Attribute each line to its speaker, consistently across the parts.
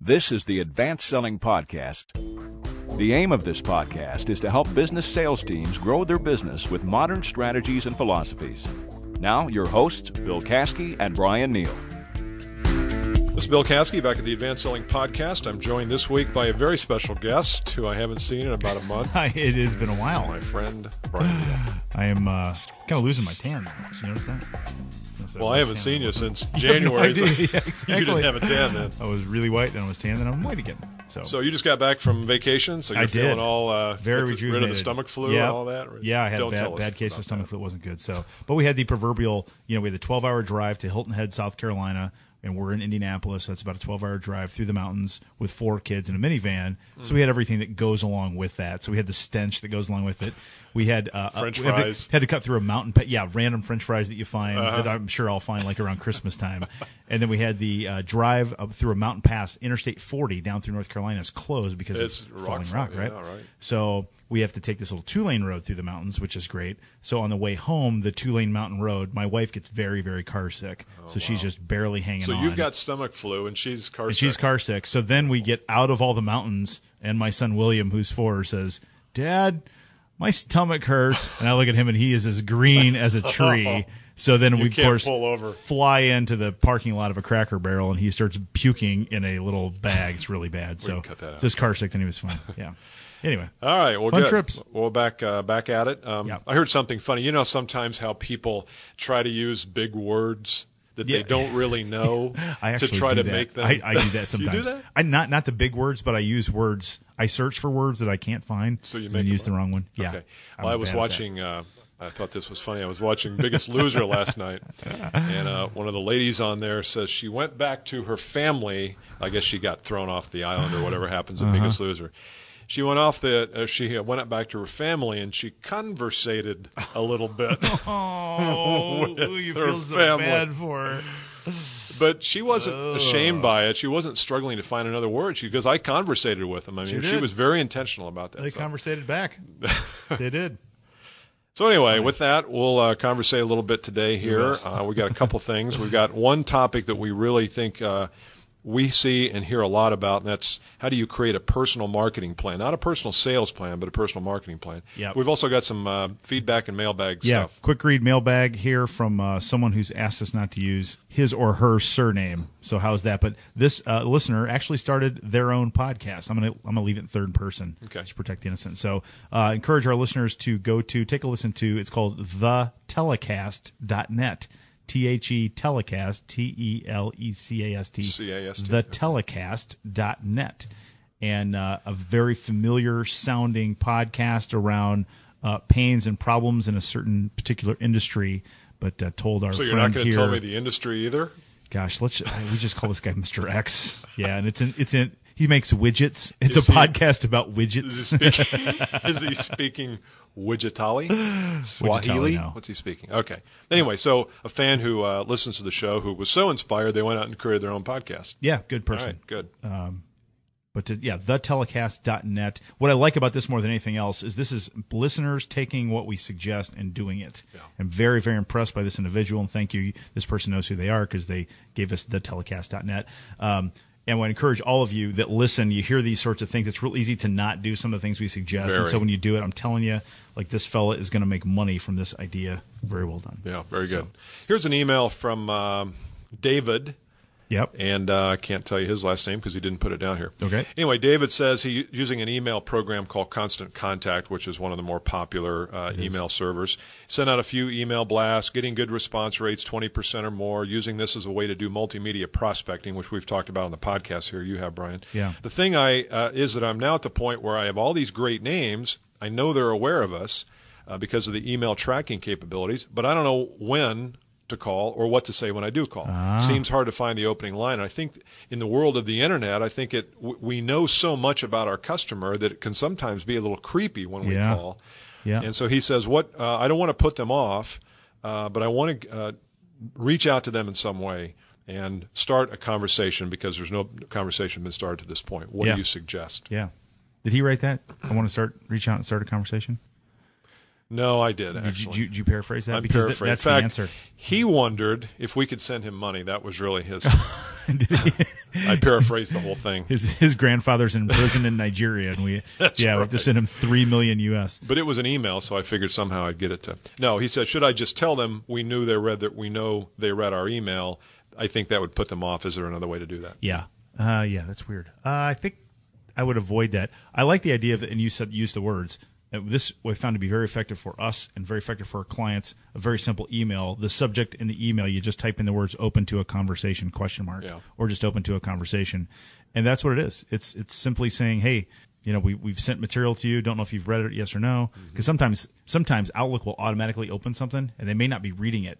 Speaker 1: This is the Advanced Selling Podcast. The aim of this podcast is to help business sales teams grow their business with modern strategies and philosophies. Now, your hosts, Bill Kasky and Brian Neal.
Speaker 2: This is Bill Kasky back at the Advanced Selling Podcast. I'm joined this week by a very special guest who I haven't seen in about a month.
Speaker 3: Hi, it has been a while.
Speaker 2: My friend Brian. Neal.
Speaker 3: I am uh, kind of losing my tan. Now. Did you notice that? Notice that
Speaker 2: Well, I
Speaker 3: lost
Speaker 2: haven't
Speaker 3: tan.
Speaker 2: seen you since
Speaker 3: You have no
Speaker 2: January. so
Speaker 3: idea. Yeah,
Speaker 2: You didn't
Speaker 3: exactly.
Speaker 2: have a tan then.
Speaker 3: I was really white, then I was tan, then I'm white again. So,
Speaker 2: So you just got back from vacation, so you're
Speaker 3: I did.
Speaker 2: feeling all uh,
Speaker 3: very
Speaker 2: gets
Speaker 3: rejuvenated.
Speaker 2: rid of the stomach flu
Speaker 3: Yeah.
Speaker 2: and all that.
Speaker 3: Yeah, I had
Speaker 2: Don't
Speaker 3: a
Speaker 2: tell
Speaker 3: bad,
Speaker 2: us
Speaker 3: bad case
Speaker 2: about
Speaker 3: of stomach
Speaker 2: that.
Speaker 3: flu. It wasn't good. So, but we had the proverbial. You know, we had the 12 hour drive to Hilton Head, South Carolina, and we're in Indianapolis. So that's about a 12 hour drive through the mountains with four kids in a minivan. So we had everything that goes along with that. So we had the stench that goes along with it. We had uh, uh,
Speaker 2: French
Speaker 3: we had to-
Speaker 2: fries. Uh-huh.
Speaker 3: had to cut through a mountain. pa- yeah, random French fries that you find that I'm sure I'll find like around Christmas time. and then we had the uh, drive up through a mountain pass, Interstate 40 down through North Carolina is closed because it's,
Speaker 2: It's rock
Speaker 3: falling
Speaker 2: fall-
Speaker 3: rock,
Speaker 2: yeah,
Speaker 3: right?
Speaker 2: right.
Speaker 3: So we have to take this little two lane road through the mountains, which is great. So on the way home, the two lane mountain road, my wife gets very, very car sick. so she's just barely hanging
Speaker 2: Oh, So
Speaker 3: on.
Speaker 2: you've got stomach flu, and she's car
Speaker 3: and she's
Speaker 2: sick.
Speaker 3: car sick. So then we get out of all the mountains, and my son William, who's four, says, "Dad, my stomach hurts." And I look at him, and he is as green as a tree. So then we of
Speaker 2: can't
Speaker 3: course
Speaker 2: pull over.
Speaker 3: fly into the parking lot of a Cracker Barrel, and he starts puking in a little bag. It's really bad. so
Speaker 2: cut that out.
Speaker 3: just car sick, then he was fine. Yeah. Anyway.
Speaker 2: All right, well,
Speaker 3: Fun
Speaker 2: good.
Speaker 3: trips.
Speaker 2: Well, back uh, back at it. Um,
Speaker 3: Yeah.
Speaker 2: I heard something funny. You know, sometimes how people try to use big words that they
Speaker 3: Yeah.
Speaker 2: don't really know
Speaker 3: I
Speaker 2: to
Speaker 3: actually
Speaker 2: try
Speaker 3: do
Speaker 2: to
Speaker 3: that.
Speaker 2: make them.
Speaker 3: I, I do that sometimes.
Speaker 2: you do that?
Speaker 3: I not not the big words, but I use words. I search for words that I can't find.
Speaker 2: So you
Speaker 3: and
Speaker 2: make
Speaker 3: then
Speaker 2: them
Speaker 3: use the
Speaker 2: up.
Speaker 3: wrong one. Yeah.
Speaker 2: Okay.
Speaker 3: I'm
Speaker 2: Well, I was
Speaker 3: bad at that.
Speaker 2: watching. Uh, I thought this was funny. I was watching Biggest Loser last night, and uh, one of the ladies on there says she went back to her family. I guess she got thrown off the island or whatever happens in Biggest
Speaker 3: Uh-huh.
Speaker 2: Loser. She went off the. Uh, she went back to her family and she conversated a little bit,
Speaker 3: Oh, you
Speaker 2: her
Speaker 3: feel so
Speaker 2: family.
Speaker 3: bad for her.
Speaker 2: but she wasn't ashamed by it. She wasn't struggling to find another word. She goes, "I conversated with them." I mean,
Speaker 3: She
Speaker 2: she,
Speaker 3: did.
Speaker 2: was very intentional about that.
Speaker 3: They
Speaker 2: So-
Speaker 3: conversated back. they did.
Speaker 2: So anyway, with that, we'll uh, conversate a little bit today here. Uh, we got a couple things. We've got one topic that we really think uh, we see and hear a lot about, and that's how do you create a personal marketing plan? Not a personal sales plan, but a personal marketing plan.
Speaker 3: Yep.
Speaker 2: We've also got some uh, feedback and mailbag
Speaker 3: Yeah.
Speaker 2: stuff.
Speaker 3: Quick read mailbag here from uh, someone who's asked us not to use his or her surname. So how's that? But this uh, listener actually started their own podcast. I'm gonna I'm gonna leave it in third person.
Speaker 2: Okay.
Speaker 3: To protect the innocent. So uh, encourage our listeners to go to take a listen to. It's called the telecast.net. T H E telecast T E L E C A S T
Speaker 2: C A S T,
Speaker 3: the telecast.net and uh, a very familiar sounding podcast around uh, pains and problems in a certain particular industry. But uh, told our
Speaker 2: So you're not
Speaker 3: friend
Speaker 2: going
Speaker 3: here,
Speaker 2: to tell me the industry either?
Speaker 3: gosh, let's uh, we just call this guy Mr. X. Yeah, and it's in it's in he makes widgets. It's
Speaker 2: Is
Speaker 3: a
Speaker 2: he-
Speaker 3: podcast about
Speaker 2: Is
Speaker 3: widgets.
Speaker 2: he speaking, is he speaking Widgetali? Swahili?
Speaker 3: no.
Speaker 2: What's he speaking? Okay. Anyway, so a fan who uh, listens to the show who was so inspired, they went out and created their own podcast.
Speaker 3: Yeah, good
Speaker 2: All
Speaker 3: person.
Speaker 2: right, good.
Speaker 3: But to, yeah, thetelecast.net. What I like about this more than anything else is this is listeners taking what we suggest and doing it. I'm very, very impressed by this individual, and thank you. This person knows who they are because they gave us thetelecast.net. Um, and I encourage all of you that listen, you hear these sorts of things. It's real easy to not do some of the things we suggest.
Speaker 2: Very.
Speaker 3: And so when you do it, I'm telling you, like this fella is going to make money from this idea. Very well done.
Speaker 2: Yeah, very good. Here's an email from um, David,
Speaker 3: Yep.
Speaker 2: and uh, I can't tell you his last name because he didn't put it down here.
Speaker 3: Okay.
Speaker 2: Anyway, David says he's using an email program called Constant Contact, which is one of the more popular uh, email servers. Sent out a few email blasts, getting good response rates, 20% or more, using this as a way to do multimedia prospecting, which we've talked about on the podcast here. You have, Brian.
Speaker 3: Yeah.
Speaker 2: The thing I uh, is that I'm now at the point where I have all these great names. I know they're aware of us uh, because of the email tracking capabilities, but I don't know when to call or what to say when I do call.
Speaker 3: Ah.
Speaker 2: Seems hard to find the opening line. I think in the world of the internet, I think it w- we know so much about our customer that it can sometimes be a little creepy when we
Speaker 3: Yeah.
Speaker 2: call.
Speaker 3: Yeah.
Speaker 2: And so he says, "What? Uh, I don't want to put them off, uh, but I want to uh, reach out to them in some way and start a conversation because there's no conversation been started to this point. What
Speaker 3: Yeah.
Speaker 2: do you suggest?
Speaker 3: Yeah. Did he write that? I want to start, reach out and start a conversation.
Speaker 2: No, I did
Speaker 3: Did you,
Speaker 2: actually.
Speaker 3: did you, did you paraphrase that?
Speaker 2: I'm
Speaker 3: because th-
Speaker 2: paraphrasing.
Speaker 3: that's
Speaker 2: In fact,
Speaker 3: the answer.
Speaker 2: He wondered if we could send him money. That was really his.
Speaker 3: Did he?
Speaker 2: I paraphrased the whole thing.
Speaker 3: His his grandfather's in prison in Nigeria, and we yeah we have to
Speaker 2: right.
Speaker 3: send him three million U.S.
Speaker 2: But it was an email, so I figured somehow I'd get it to. No, he said, should I just tell them we knew they read that we know they read our email? I think that would put them off. Is there another way to do that?
Speaker 3: Yeah. Uh, yeah, that's weird. Uh, I think I would avoid that. I like the idea of, and you said use the words. uh, This we found to be very effective for us and very effective for our clients. A very simple email. The subject in the email, you just type in the words "open to a conversation?" question mark
Speaker 2: Yeah.
Speaker 3: or just open to a conversation, and that's what it is. It's it's simply saying, hey, you know, we we've sent material to you. Don't know if you've read it, yes or no,
Speaker 2: Mm-hmm.
Speaker 3: because sometimes sometimes Outlook will automatically open something and they may not be reading it.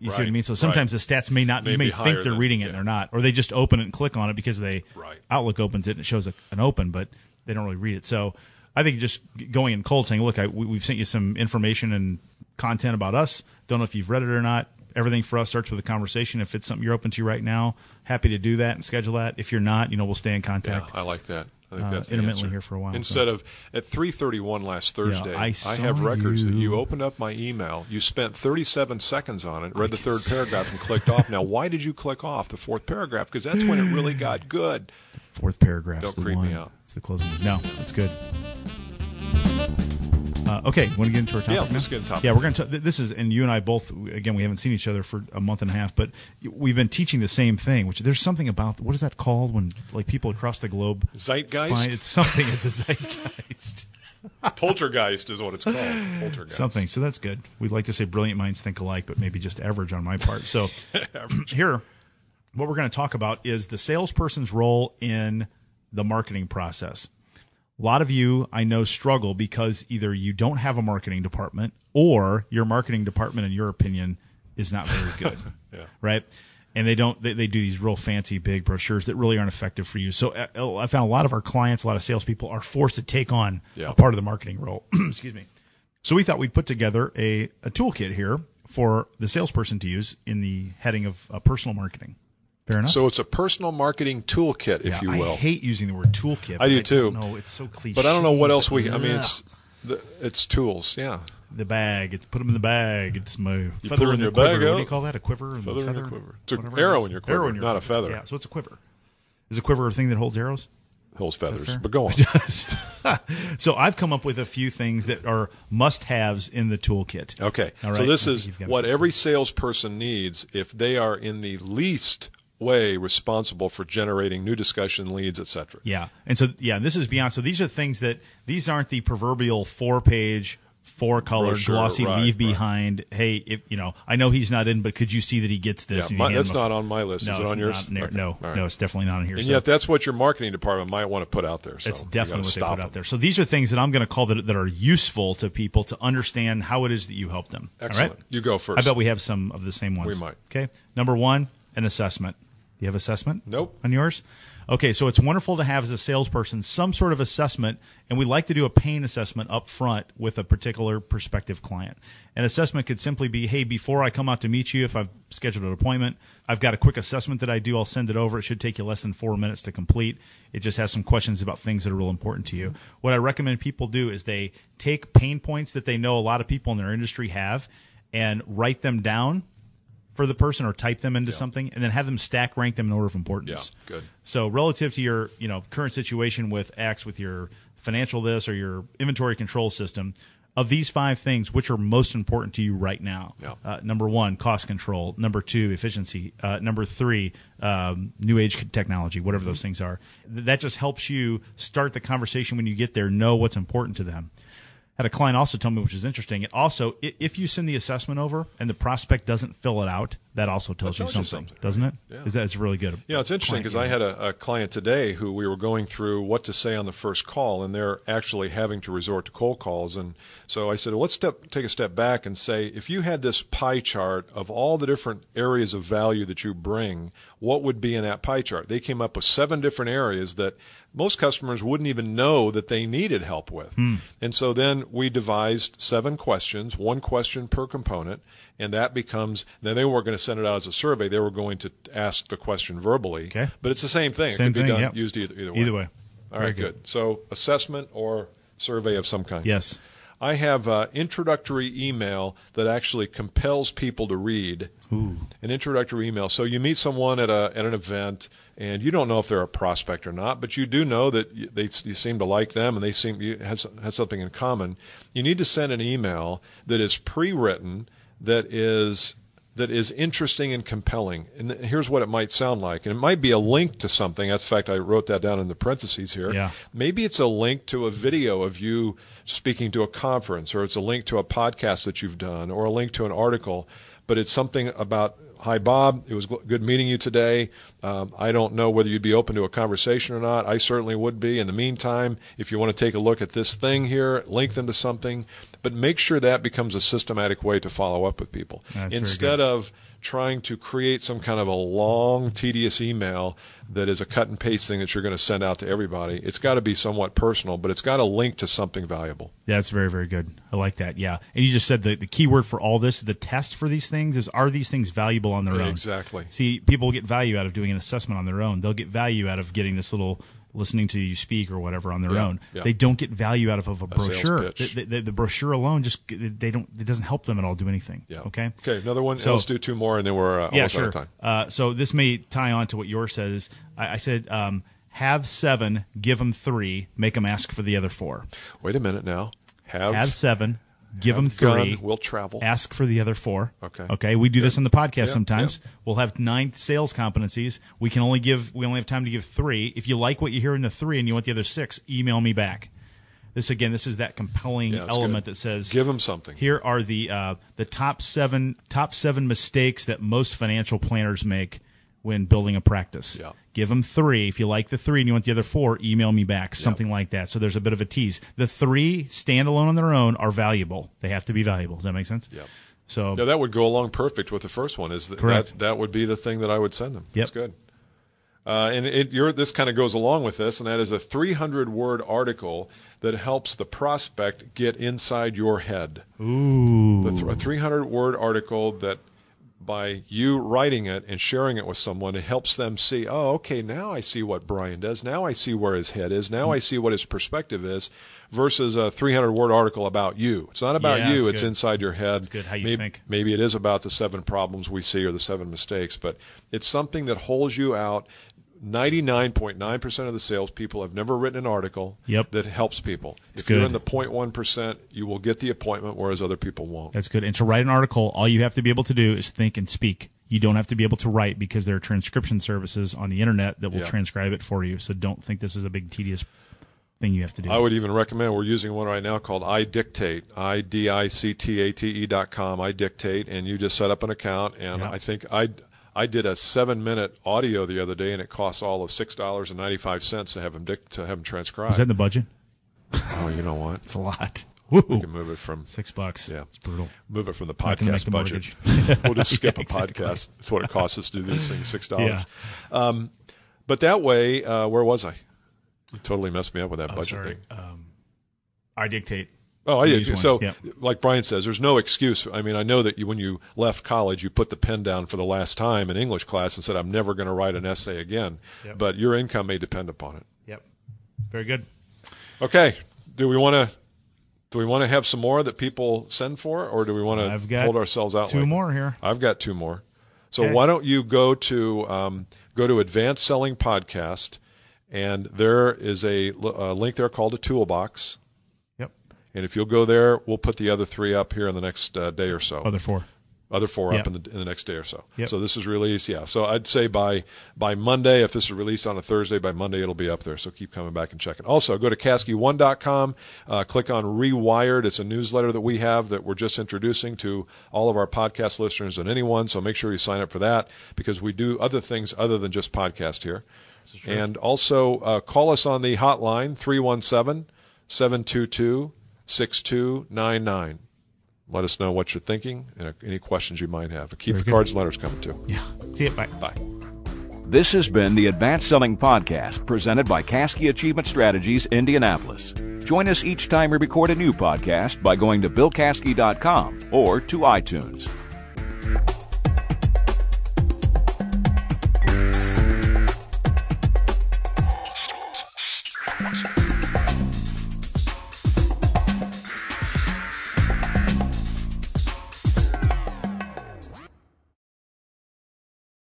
Speaker 3: You see what I
Speaker 2: Right,
Speaker 3: mean? So
Speaker 2: right.
Speaker 3: sometimes the stats may not. you
Speaker 2: Maybe
Speaker 3: may
Speaker 2: higher
Speaker 3: think they're
Speaker 2: than-
Speaker 3: reading it,
Speaker 2: yeah.
Speaker 3: and they're not, or they just open it and click on it because they
Speaker 2: Right.
Speaker 3: Outlook opens it and it shows a, an open, but they don't really read it. So I think just g- going in cold, saying, "Look, I, we, we've sent you some information and content about us. Don't know if you've read it or not. Everything for us starts with a conversation. If it's something you're open to right now, happy to do that and schedule that. If you're not, you know, we'll stay in
Speaker 2: Yeah,
Speaker 3: contact.
Speaker 2: I like that. I think
Speaker 3: Uh,
Speaker 2: that's the
Speaker 3: intermittently
Speaker 2: answer.
Speaker 3: here for a while, so-
Speaker 2: Instead of at 3:31 last Thursday,
Speaker 3: I saw
Speaker 2: have records that
Speaker 3: you.
Speaker 2: you opened up my email. You spent 37 seconds on it, read the third paragraph, and clicked off. Now, why did you click off the fourth paragraph? Because that's when it really got good.
Speaker 3: Fourth paragraph's
Speaker 2: Don't
Speaker 3: the
Speaker 2: creep me
Speaker 3: one.
Speaker 2: out.
Speaker 3: It's the closing. No, it's good. Uh, okay, want to get into our topic
Speaker 2: Yeah,
Speaker 3: now?
Speaker 2: let's get into topic.
Speaker 3: Yeah, we're going to. Th- this is, and you and I both. Again, we haven't seen each other for a month and a half, but we've been teaching the same thing. Which there's something about what is that called when like people across the globe
Speaker 2: Zeitgeist,
Speaker 3: find it's something. It's a zeitgeist.
Speaker 2: poltergeist is what it's called. Poltergeist.
Speaker 3: Something. So that's good. We'd like to say brilliant minds think alike, but maybe just average on my part. So here, what we're going to talk about is the salesperson's role in the marketing process. A lot of you I know struggle because either you don't have a marketing department or your marketing department, in your opinion, is not very good.
Speaker 2: Yeah.
Speaker 3: Right. And they don't, they, they do these real fancy big brochures that really aren't effective for you. So uh, I found a lot of our clients, a lot of salespeople are forced to take on
Speaker 2: Yeah.
Speaker 3: a part of the marketing role. Excuse me. So we thought we'd put together a, a toolkit here for the salesperson to use in the heading of uh, personal marketing. Fair enough.
Speaker 2: So it's a personal marketing toolkit, if you
Speaker 3: I
Speaker 2: will.
Speaker 3: hate using the word toolkit. but
Speaker 2: do
Speaker 3: don't
Speaker 2: too.
Speaker 3: know. it's so cliche.
Speaker 2: but I don't know what else we. I mean,
Speaker 3: Ugh.
Speaker 2: it's the, it's tools. Yeah,
Speaker 3: the bag. It's put them in the bag. It's my
Speaker 2: put 'em
Speaker 3: feather
Speaker 2: in
Speaker 3: in the
Speaker 2: your
Speaker 3: quiver.
Speaker 2: bag,
Speaker 3: What do you
Speaker 2: oh.
Speaker 3: call that? A quiver. And
Speaker 2: Feather in
Speaker 3: feather
Speaker 2: your quiver. It's a
Speaker 3: whatever
Speaker 2: arrow
Speaker 3: is.
Speaker 2: in your quiver,
Speaker 3: Arrow
Speaker 2: not a feather.
Speaker 3: Yeah, so it's a quiver. Is a quiver a thing that holds arrows?
Speaker 2: hills feathers.
Speaker 3: fair?
Speaker 2: But go on.
Speaker 3: so I've come up with a few things that are must-haves in the toolkit.
Speaker 2: Okay.
Speaker 3: All
Speaker 2: So
Speaker 3: right.
Speaker 2: this
Speaker 3: I think
Speaker 2: is
Speaker 3: you've got
Speaker 2: what
Speaker 3: it.
Speaker 2: every salesperson needs if they are in the least way responsible for generating new discussion leads, etc.
Speaker 3: Yeah. And so, yeah, this is beyond. So these are things that, these aren't the proverbial four page, four color,
Speaker 2: Brochure,
Speaker 3: glossy
Speaker 2: right,
Speaker 3: leave
Speaker 2: right.
Speaker 3: behind. Hey, if, you know, I know he's not in, but could you see that he gets this?
Speaker 2: Yeah,
Speaker 3: And you
Speaker 2: my-
Speaker 3: hand
Speaker 2: that's
Speaker 3: him a-
Speaker 2: not on my list.
Speaker 3: No,
Speaker 2: Is it
Speaker 3: it's
Speaker 2: on yours?
Speaker 3: not in there.
Speaker 2: Okay.
Speaker 3: No,
Speaker 2: All right.
Speaker 3: no, it's definitely not on here.
Speaker 2: And
Speaker 3: so
Speaker 2: yet, that's what your marketing department might want to put out there. So
Speaker 3: it's
Speaker 2: you
Speaker 3: definitely
Speaker 2: gotta
Speaker 3: what they
Speaker 2: stop
Speaker 3: put
Speaker 2: them.
Speaker 3: out there. So these are things that I'm going to call that, that are useful to people to understand how it is that you help them.
Speaker 2: Excellent.
Speaker 3: All right?
Speaker 2: You go first.
Speaker 3: I bet we have some of the same ones.
Speaker 2: We might.
Speaker 3: Okay. Number one, an assessment. Do you have assessment?
Speaker 2: Nope.
Speaker 3: On yours? Okay, so it's wonderful to have as a salesperson some sort of assessment, and we like to do a pain assessment up front with a particular prospective client. An assessment could simply be, hey, before I come out to meet you, if I've scheduled an appointment, I've got a quick assessment that I do. I'll send it over. It should take you less than four minutes to complete. It just has some questions about things that are real important to you. What I recommend people do is they take pain points that they know a lot of people in their industry have and write them down for the person or type them into something and then have them stack rank them in order of importance.
Speaker 2: Yeah, good.
Speaker 3: So relative to your, you know, current situation with X with your financial this or your inventory control system, of these five things, which are most important to you right now?
Speaker 2: Yeah.
Speaker 3: Uh, number one, cost control. Number two, efficiency. Uh, number three, um, new age technology, whatever those things are. Th- That just helps you start the conversation when you get there, know what's important to them had a client also tell me, which is interesting. It also, i- if you send the assessment over and the prospect doesn't fill it out, that also tells,
Speaker 2: That tells
Speaker 3: you,
Speaker 2: you
Speaker 3: something,
Speaker 2: something,
Speaker 3: doesn't it?
Speaker 2: Yeah.
Speaker 3: Is that it's really good?
Speaker 2: Yeah, it's interesting
Speaker 3: Client,
Speaker 2: because
Speaker 3: yeah.
Speaker 2: I had a, a client today who we were going through what to say on the first call, and they're actually having to resort to cold calls. And so I said, well, let's step, take a step back and say, if you had this pie chart of all the different areas of value that you bring, what would be in that pie chart? They came up with seven different areas that most customers wouldn't even know that they needed help with.
Speaker 3: Hmm.
Speaker 2: And so then we devised seven questions, one question per component, and that becomes then they weren't going to send it out as a survey. They were going to ask the question verbally.
Speaker 3: Okay.
Speaker 2: But it's the same thing. it
Speaker 3: Same
Speaker 2: could
Speaker 3: thing,
Speaker 2: be done
Speaker 3: yep.
Speaker 2: used either, either way.
Speaker 3: Either way.
Speaker 2: All right, good. So assessment or survey of some kind.
Speaker 3: Yes.
Speaker 2: I have uh, introductory email that actually compels people to read
Speaker 3: Ooh.
Speaker 2: an introductory email. So you meet someone at a at an event, and you don't know if they're a prospect or not, but you do know that you, they you seem to like them, and they seem you has has something in common. You need to send an email that is pre-written, that is that is interesting and compelling. And th- here's what it might sound like, and it might be a link to something. That's in fact I wrote that down in the parentheses here.
Speaker 3: Yeah.
Speaker 2: Maybe it's a link to a video of you speaking to a conference, or it's a link to a podcast that you've done, or a link to an article, but it's something about, hi, Bob, it was gl- good meeting you today. Um, I don't know whether you'd be open to a conversation or not. I certainly would be. In the meantime, if you want to take a look at this thing here, link them to something, but make sure that becomes a systematic way to follow up with people.
Speaker 3: That's very
Speaker 2: Instead
Speaker 3: good.
Speaker 2: of trying to create some kind of a long, tedious email that is a cut and paste thing that you're going to send out to everybody. It's got to be somewhat personal, but it's got to link to something valuable.
Speaker 3: Yeah, that's very, very good. I like that. Yeah. And you just said the, the key word for all this, the test for these things is are these things valuable on their own?
Speaker 2: Exactly.
Speaker 3: See, people get value out of doing an assessment on their own. They'll get value out of getting this little listening to you speak or whatever on their
Speaker 2: Yeah,
Speaker 3: own.
Speaker 2: yeah.
Speaker 3: They don't get value out of, of a,
Speaker 2: sales
Speaker 3: brochure. The,
Speaker 2: pitch.
Speaker 3: the, the- the brochure alone just they don't it doesn't help them at all do anything.
Speaker 2: Yeah.
Speaker 3: Okay.
Speaker 2: Okay. Another one.
Speaker 3: So-
Speaker 2: let's do two more, and then we're uh,
Speaker 3: yeah,
Speaker 2: almost
Speaker 3: sure.
Speaker 2: out of time.
Speaker 3: Uh, so this may tie on to what yours says. I, I said um, have seven, give them three, make them ask for the other four.
Speaker 2: Wait a minute now. Have,
Speaker 3: Have seven, give them three.
Speaker 2: gun. We'll travel.
Speaker 3: ask for the other four.
Speaker 2: Okay.
Speaker 3: Okay. We do this on the podcast
Speaker 2: Yeah,
Speaker 3: sometimes. We'll have nine sales competencies. We can only give. We only have time to give three. If you like what you hear in the three and you want the other six, email me back. This again. This is that compelling
Speaker 2: Yeah, that's
Speaker 3: element
Speaker 2: good.
Speaker 3: that says
Speaker 2: Give them something.
Speaker 3: Here are the uh, the top seven top seven mistakes that most financial planners make when building a practice.
Speaker 2: Yeah.
Speaker 3: Give them three. If you like the three and you want the other four, email me back. Something like that. So there's a bit of a tease. The three standalone on their own are valuable. They have to be valuable. Does that make sense?
Speaker 2: Yep.
Speaker 3: So
Speaker 2: No, that would go along perfect with the first one. Is that
Speaker 3: Um, Correct.
Speaker 2: That, that would be the thing that I would send them.
Speaker 3: Yep.
Speaker 2: That's good. Uh, and it, your, this kind of goes along with this, and that is a 300 word article that helps the prospect get inside your head.
Speaker 3: ooh,
Speaker 2: the th- a 300 word article that by you writing it and sharing it with someone it helps them see oh okay now i see what brian does now i see where his head is now i see what his perspective is versus a 300 word article about you it's not about
Speaker 3: Yeah,
Speaker 2: you
Speaker 3: that's
Speaker 2: it's
Speaker 3: good.
Speaker 2: inside your head
Speaker 3: good how you
Speaker 2: maybe,
Speaker 3: think.
Speaker 2: maybe it is about the seven problems we see or the seven mistakes but it's something that holds you out 99.9% of the salespeople have never written an article
Speaker 3: Yep.
Speaker 2: that helps people. if
Speaker 3: good.
Speaker 2: you're in the 0.1%, you will get the appointment, whereas other people won't.
Speaker 3: that's good. And to write an article, all you have to be able to do is think and speak. You don't have to be able to write because there are transcription services on the internet that will
Speaker 2: Yeah.
Speaker 3: transcribe it for you. So don't think this is a big tedious thing you have to do.
Speaker 2: I would even recommend we're using one right now called I Dictate, I D I C T A T E dot com, I Dictate, and you just set up an account. And
Speaker 3: Yeah.
Speaker 2: I think I I did a seven minute audio the other day, and it costs all of six dollars and ninety five cents to have them dic- to have them transcribed.
Speaker 3: is that in the budget?
Speaker 2: oh, you know what?
Speaker 3: It's a lot.
Speaker 2: We
Speaker 3: Woo.
Speaker 2: can move it from
Speaker 3: Six bucks.
Speaker 2: Yeah.
Speaker 3: It's brutal.
Speaker 2: move it from the
Speaker 3: Not gonna make
Speaker 2: podcast
Speaker 3: the
Speaker 2: budget.
Speaker 3: mortgage.
Speaker 2: we'll just skip a
Speaker 3: Yeah, exactly.
Speaker 2: podcast. That's what it costs us to do these things, six dollars. Um,
Speaker 3: Yeah.
Speaker 2: But that way, uh, where was I? You totally messed me up with that budget
Speaker 3: sorry.
Speaker 2: thing.
Speaker 3: Um, I dictate.
Speaker 2: Oh, I
Speaker 3: Use
Speaker 2: did.
Speaker 3: one.
Speaker 2: So,
Speaker 3: Yeah.
Speaker 2: like Brian says, there's no excuse. I mean, I know that you, when you left college, you put the pen down for the last time in English class and said, "I'm never going to write an essay again."
Speaker 3: Yep.
Speaker 2: But your income may depend upon it.
Speaker 3: Yep. Very good.
Speaker 2: Okay. Do we want to? Do we want to have some more that people send for, or do we want
Speaker 3: I've
Speaker 2: to
Speaker 3: got
Speaker 2: hold ourselves out?
Speaker 3: two
Speaker 2: later?
Speaker 3: more here.
Speaker 2: I've got two more. So
Speaker 3: Okay.
Speaker 2: why don't you go to um, go to Advanced Selling Podcast, and there is a, l- a link there called a toolbox.
Speaker 3: Yep.
Speaker 2: And if you'll go there, we'll put the other three up here in the next uh, day or so.
Speaker 3: Other four.
Speaker 2: Other four up
Speaker 3: Yeah.
Speaker 2: in the, in the next day or so.
Speaker 3: Yep.
Speaker 2: So this is released, yeah. So I'd say by by Monday, if this is released on a Thursday, by Monday it'll be up there. So keep coming back and checking. Also, go to Kasky1.com, uh, click on Rewired. It's a newsletter that we have that we're just introducing to all of our podcast listeners and anyone. So make sure you sign up for that because we do other things other than just podcast here. And also uh, call us on the hotline 317 722 6299. Let us know what you're thinking and uh, any questions you might have. Keep the
Speaker 3: good.
Speaker 2: cards and letters coming too.
Speaker 3: Yeah. See it. Bye.
Speaker 2: Bye.
Speaker 1: This has been the Advanced Selling Podcast presented by Kasky Achievement Strategies, Indianapolis. Join us each time we record a new podcast by going to BillCaskey.com or to iTunes.